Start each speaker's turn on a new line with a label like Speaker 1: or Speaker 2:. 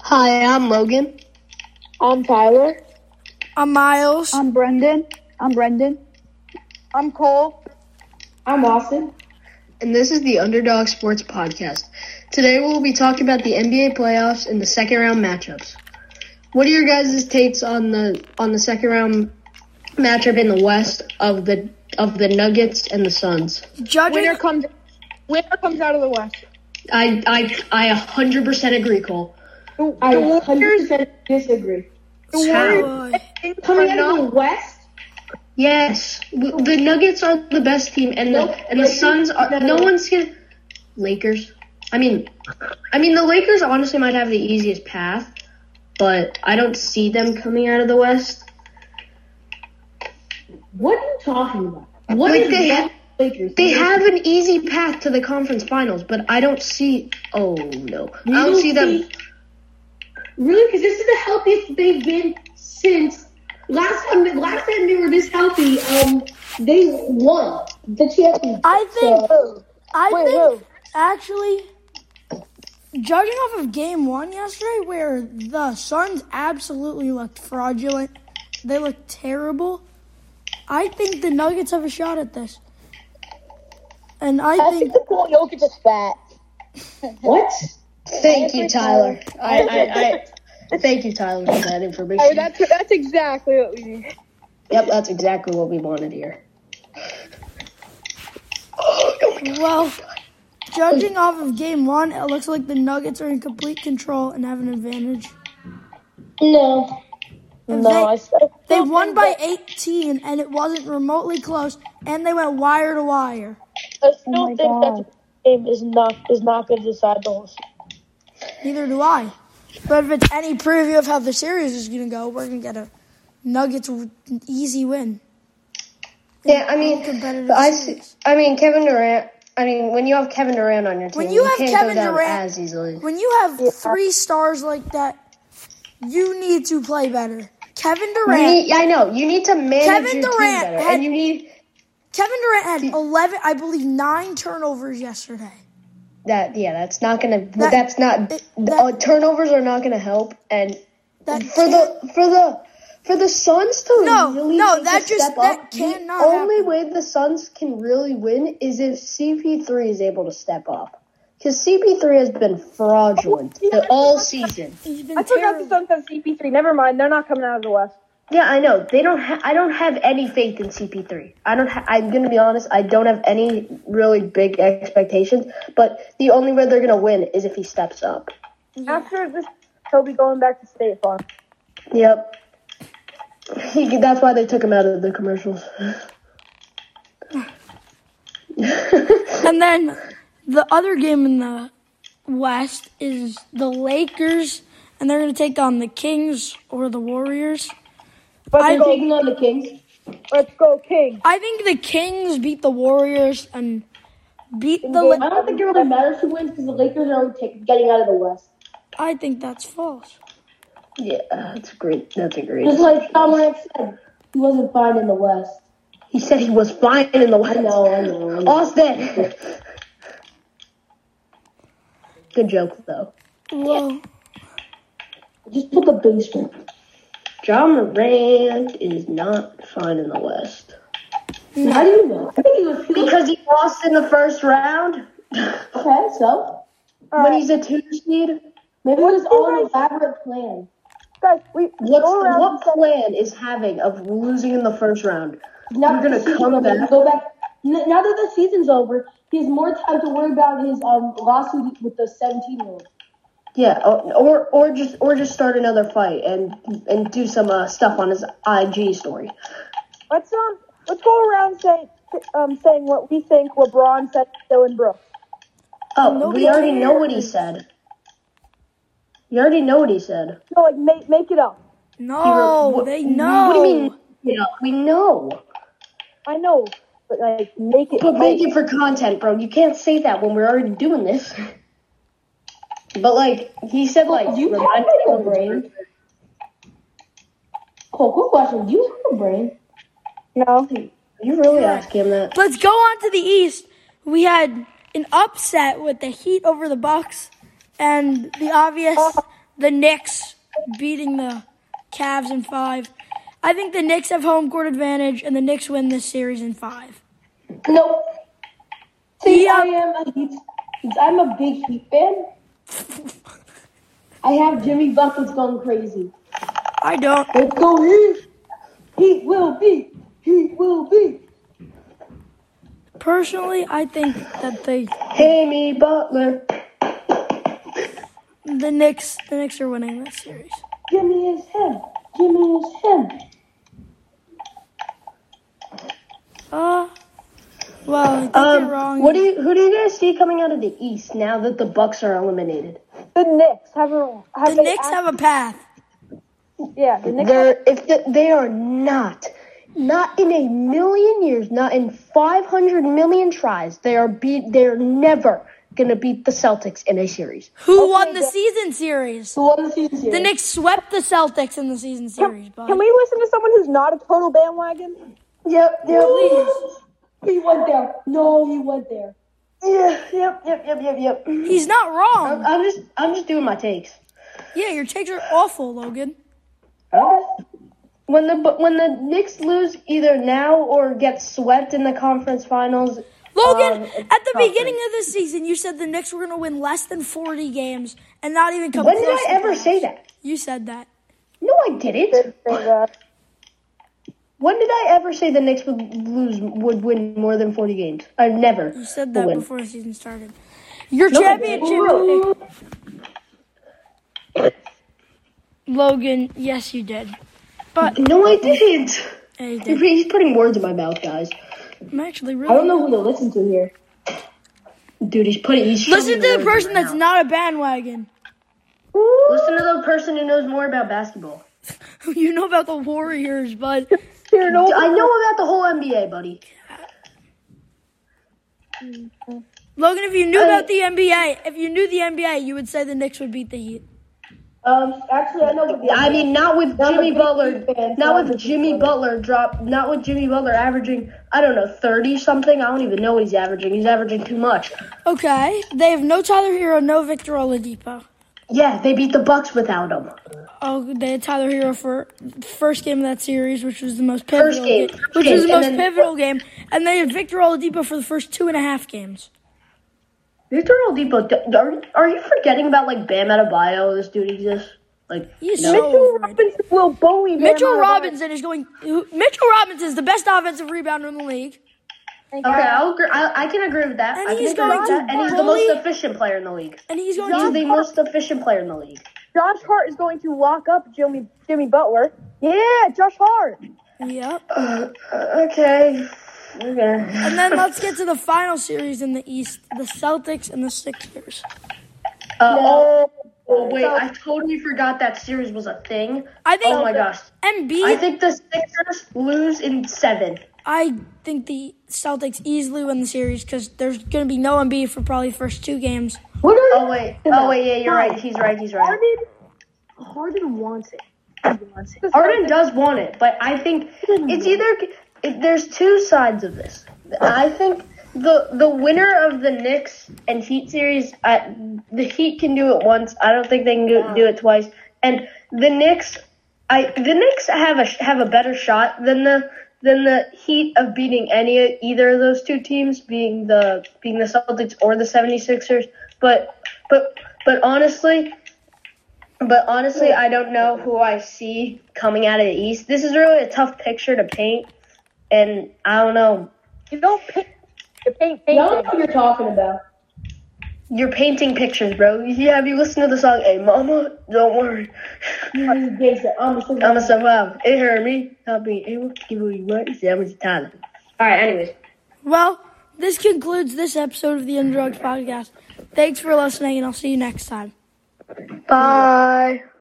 Speaker 1: Hi, I'm Logan.
Speaker 2: I'm Tyler.
Speaker 3: I'm Miles.
Speaker 4: I'm Brendan. I'm Brendan.
Speaker 5: I'm Cole.
Speaker 6: I'm Austin.
Speaker 1: And this is the Underdog Sports Podcast. Today we'll be talking about the NBA playoffs and the second round matchups. What are your guys' takes on the on the second round matchup in the West of the of the Nuggets and the Suns?
Speaker 3: Judging
Speaker 2: Winner comes winner comes out of the West.
Speaker 1: I I I 100% agree, Cole.
Speaker 6: Oh, The, I 100% disagree.
Speaker 2: The Warriors
Speaker 3: Boy.
Speaker 6: Coming out of the West,
Speaker 1: Yes, w- the Nuggets are the best team, and the
Speaker 6: Nope.
Speaker 1: and the Suns are. No one's gonna. Lakers. I mean, I mean the Lakers honestly might have the easiest path, but I don't see them coming out of the West.
Speaker 6: what are you talking about?
Speaker 1: What
Speaker 6: Like,
Speaker 1: if they have?
Speaker 6: Lakers.
Speaker 1: They have an easy path to the conference finals, but I don't see. Oh no, I don't see them.
Speaker 6: Really? Because this is the healthiest they've been since last time. Last time they were this healthy, um, they won the championship.
Speaker 3: I think.
Speaker 5: Who?
Speaker 3: I
Speaker 5: Wait,
Speaker 3: think
Speaker 5: who?
Speaker 3: actually, judging off of Game One yesterday, where the Suns absolutely looked fraudulent, they looked terrible. I think the Nuggets have a shot at this, and I
Speaker 5: I think
Speaker 3: think
Speaker 5: the cool Jokic is fat.
Speaker 6: What?
Speaker 1: Thank you, Tyler. I, I, I thank you, Tyler, for that
Speaker 2: Hey,
Speaker 1: information.
Speaker 2: Oh, that's that's exactly what we need.
Speaker 1: Yep, that's exactly what we wanted here.
Speaker 3: well. Judging off of game one, it looks like the Nuggets are in complete control and have an advantage.
Speaker 5: No.
Speaker 3: If
Speaker 5: No,
Speaker 3: they-
Speaker 5: I said
Speaker 3: They won by 18, and it wasn't remotely close, and they went wire to wire.
Speaker 5: I still
Speaker 4: Oh my
Speaker 5: think that game is not is not going to decide the whole season.
Speaker 3: Neither do I. But if it's any preview of how the series is going to go, we're going to get a Nuggets w- easy win.
Speaker 1: Yeah, I mean,
Speaker 3: Competitive
Speaker 1: I,
Speaker 3: series.
Speaker 1: s- I mean Kevin Durant. I mean, when you have Kevin Durant on your team,
Speaker 3: When you have
Speaker 1: can't
Speaker 3: Kevin
Speaker 1: go down
Speaker 3: Durant-
Speaker 1: as easily.
Speaker 3: When you have three stars like that, you need to play better. Kevin
Speaker 1: You
Speaker 3: Durant.
Speaker 1: need, I know you need to manage
Speaker 3: Kevin
Speaker 1: your team
Speaker 3: Durant
Speaker 1: better,
Speaker 3: had-
Speaker 1: and you need
Speaker 3: Kevin Durant had 11, I believe, nine turnovers yesterday.
Speaker 1: that. Yeah, that's not gonna.
Speaker 3: That-
Speaker 1: that's not.
Speaker 3: it-
Speaker 1: uh,
Speaker 3: that-
Speaker 1: turnovers are not gonna help, and
Speaker 3: That
Speaker 1: for the for the for the Suns to
Speaker 3: No,
Speaker 1: really
Speaker 3: no,
Speaker 1: take
Speaker 3: that
Speaker 1: a
Speaker 3: just-
Speaker 1: step
Speaker 3: that
Speaker 1: up,
Speaker 3: cannot
Speaker 1: The only
Speaker 3: happen.
Speaker 1: way the Suns can really win is if CP3 is able to step up, because CP3 has been fraudulent the- all season.
Speaker 3: He's been
Speaker 2: I forgot the
Speaker 3: terrible.
Speaker 2: Suns have CP3. Never mind, they're not coming out of the West.
Speaker 1: Yeah, I know. They don't. Ha- I don't have any faith in CP3. I don't. Ha- I'm gonna be honest. I don't have any really big expectations. But the only way they're gonna win is if he steps up.
Speaker 2: After this, he'll be going back to State Farm.
Speaker 1: Yep. He, that's why they took him out of the commercials.
Speaker 3: And then the other game in the West is the Lakers, and they're going to take on the Kings or the Warriors.
Speaker 2: But
Speaker 3: I-
Speaker 2: go,
Speaker 6: Taking on the Kings.
Speaker 2: let's go, King.
Speaker 3: I think the Kings beat the Warriors and beat the.
Speaker 6: I
Speaker 3: La-
Speaker 6: don't think it really matters who wins because the Lakers are already take, getting out of the West.
Speaker 3: I think that's false.
Speaker 1: Yeah, that's great. That's a great.
Speaker 6: Just like Tom Lance said, he wasn't fine in the West.
Speaker 1: He said he was fine in the West.
Speaker 6: I know, I know. I know.
Speaker 1: Austin. Good joke though.
Speaker 3: Well,
Speaker 6: Just put the basement.
Speaker 1: John Morant is not fine in the West
Speaker 6: How do you know? I think he was he was-
Speaker 1: because he lost in the first round.
Speaker 6: okay. So
Speaker 1: When he's a two seed,
Speaker 6: maybe it was all an elaborate plan.
Speaker 2: Guys, we
Speaker 1: what's
Speaker 2: go around
Speaker 1: what plan is having of losing in the first round?
Speaker 6: Now
Speaker 1: You're gonna
Speaker 6: that the
Speaker 1: come
Speaker 6: season's over,
Speaker 1: back?
Speaker 6: Go back. N- Now that the season's over, he has more time to worry about his um lawsuit with the 17 year old.
Speaker 1: Yeah, or or, or just or just start another fight and and do some uh, stuff on his IG story.
Speaker 2: Let's um, let's go around saying um, saying what we think LeBron said to Dylan Brooks.
Speaker 1: Oh,
Speaker 3: Nobody
Speaker 1: we already know what he said. You already know what he said.
Speaker 2: No, like make make it up.
Speaker 3: no, they know.
Speaker 1: What do you mean? You know, we know.
Speaker 2: I know, but like make it.
Speaker 1: But make it for content, bro. You can't say that when we're already doing this. But like he said, like
Speaker 6: you
Speaker 1: remind
Speaker 6: have a
Speaker 1: people-
Speaker 6: brain. Cole, quick question. Do you have a brain?
Speaker 2: No,
Speaker 1: You really ask him that?
Speaker 3: Let's go on to the East. We had an upset with the Heat over the Bucks, and the obvious the Knicks beating the Cavs in five. I think the Knicks have home court advantage, and the Knicks win this series in five.
Speaker 6: Nope. See,
Speaker 3: Yeah.
Speaker 6: I am a Heat. I'm a big Heat fan. I have Jimmy Buckets going crazy.
Speaker 3: I don't.
Speaker 6: Let's go Heat. Heat will be. Heat will be.
Speaker 3: Personally, I think that they,
Speaker 6: Jimmy Butler.
Speaker 3: the Knicks, the Knicks are winning this series.
Speaker 6: Jimmy is him. Jimmy is him.
Speaker 3: Uh, well, I think
Speaker 1: Um,
Speaker 3: you're wrong.
Speaker 1: what do you, who do you guys see coming out of the East now that the Bucks are eliminated?
Speaker 2: The Knicks have a have
Speaker 3: the
Speaker 2: they
Speaker 3: Knicks
Speaker 2: act-
Speaker 3: have a path.
Speaker 2: yeah the Knicks have,
Speaker 1: They're if the, they are not, not in a million years, not in five hundred million tries, they are beat. They are never gonna beat the Celtics in a series.
Speaker 3: Who won the season series?
Speaker 6: Who won the season
Speaker 3: The
Speaker 6: series?
Speaker 3: Knicks swept the Celtics in the season series, but
Speaker 2: can we listen to someone who's not a total bandwagon?
Speaker 6: Yep, yep.
Speaker 3: Please.
Speaker 6: He went there. No, he went there.
Speaker 1: Yeah. Yep. Yep. Yep. Yep. Yep.
Speaker 3: he's not wrong.
Speaker 1: I'm just I'm just doing my takes.
Speaker 3: Yeah, your takes are awful, Logan.
Speaker 1: When the Bu- when the Knicks lose either now or get swept in the conference finals,
Speaker 3: Logan,
Speaker 1: Um,
Speaker 3: at
Speaker 1: it's
Speaker 3: the
Speaker 1: tough,
Speaker 3: beginning of the season, you said the Knicks were going to win less than 40 games and not even come
Speaker 1: when
Speaker 3: close.
Speaker 1: did I
Speaker 3: to
Speaker 1: ever
Speaker 3: playoffs.
Speaker 1: say that?
Speaker 3: You said that.
Speaker 1: No, I didn't. When did I ever say the Knicks would lose would win more than forty games? I've never.
Speaker 3: You said that
Speaker 1: win.
Speaker 3: before the season started. Your championship
Speaker 6: Ooh.
Speaker 3: pick. Logan, yes, you did. But
Speaker 1: No, I didn't.
Speaker 3: Yeah, you
Speaker 1: You're-
Speaker 3: did.
Speaker 1: He's putting words in my mouth, guys.
Speaker 3: I'm actually
Speaker 6: I don't
Speaker 3: really.
Speaker 6: know who to listen to here.
Speaker 1: Dude, he's putting. He's showing
Speaker 3: Listen
Speaker 1: me
Speaker 3: to
Speaker 1: words
Speaker 3: the person
Speaker 1: right
Speaker 3: that's
Speaker 1: now.
Speaker 3: not a bandwagon.
Speaker 1: Listen to the person who knows more about basketball.
Speaker 3: You know about the Warriors, but
Speaker 1: I know about the whole NBA, buddy.
Speaker 3: Logan, if you
Speaker 1: Uh,
Speaker 3: knew about the NBA, if you knew the NBA, you would say the Knicks would beat the Heat.
Speaker 6: Um, actually, I know what the
Speaker 1: I mean, not with
Speaker 6: Not
Speaker 1: Jimmy
Speaker 6: with
Speaker 1: Butler.
Speaker 6: Jimmy
Speaker 1: Not
Speaker 6: fans, not
Speaker 1: with
Speaker 6: with
Speaker 1: Jimmy Butler drop. Not with Jimmy Butler averaging. I don't know, thirty something. I don't even know what he's averaging. He's averaging too much.
Speaker 3: Okay, they have no Tyler Hero, no Victor Oladipo.
Speaker 1: Yeah, they beat the Bucks without him.
Speaker 3: Oh, they had Tyler Hero for first game of that series, which was the most pivotal
Speaker 1: First game,
Speaker 3: ga-
Speaker 1: first
Speaker 3: which
Speaker 1: game,
Speaker 3: was the
Speaker 1: and
Speaker 3: most
Speaker 1: then-
Speaker 3: pivotal game, and they had Victor Oladipo for the first two and a half games.
Speaker 1: Victor Oladipo. d- Are, are you forgetting about like Bam Adebayo? This dude exists. Like
Speaker 3: He's
Speaker 1: no.
Speaker 3: so
Speaker 2: Mitchell
Speaker 3: overrated.
Speaker 2: Robinson will bully Bam
Speaker 3: Mitchell
Speaker 2: Adebayo.
Speaker 3: Robinson is going. who- Mitchell Robinson is the best offensive rebounder in the league.
Speaker 1: Okay, I'll agree. I, I can agree with that.
Speaker 3: And
Speaker 1: I can
Speaker 3: he's
Speaker 1: agree with
Speaker 3: going
Speaker 1: that.
Speaker 3: to
Speaker 1: And he's the
Speaker 3: bully-
Speaker 1: most efficient player in the league.
Speaker 3: And he's going
Speaker 1: He's
Speaker 3: to
Speaker 1: the most efficient player in the league.
Speaker 2: Josh Hart is going to lock up Jimmy Jimmy Butler. Yeah, Josh Hart.
Speaker 3: Yep.
Speaker 1: Okay. Uh, Okay.
Speaker 3: And then let's get to the final series in the East: the Celtics and the Sixers.
Speaker 1: Uh, oh, oh, wait, I totally forgot that series was a thing.
Speaker 3: I think.
Speaker 1: Oh my gosh.
Speaker 3: Embiid.
Speaker 1: I think the Sixers lose in seven.
Speaker 3: I think the Celtics easily win the series because there's going to be no Embiid for probably the first two games.
Speaker 6: What are
Speaker 1: Oh wait. Oh wait. Yeah, you're right. He's right. He's right.
Speaker 6: Harden, Harden wants it. He wants it.
Speaker 1: Arden does want it, but I think it's either it- there's two sides of this. I think the the winner of the Knicks and Heat series, I, the Heat can do it once. I don't think they can do, do it twice. And the Knicks, I the Knicks have a have a better shot than the than the Heat of beating any either of those two teams, being the being the Celtics or the 76ers. But but but honestly, but honestly, I don't know who I see coming out of the East. This is really a tough picture to paint, and I don't know.
Speaker 2: You don't paint. You paint
Speaker 6: I don't
Speaker 2: painting.
Speaker 6: know what you're talking about.
Speaker 1: You're painting pictures, bro. Yeah, have you listened to the song? Hey, mama, don't worry.
Speaker 6: This is Jason. I'm a
Speaker 1: I'm a survivor. It hurt me not being able to give away what is that much talent. All right. Anyways,
Speaker 3: Well, this concludes this episode of the Underdogs Podcast. Thanks for listening, and I'll see you next time.
Speaker 1: bye.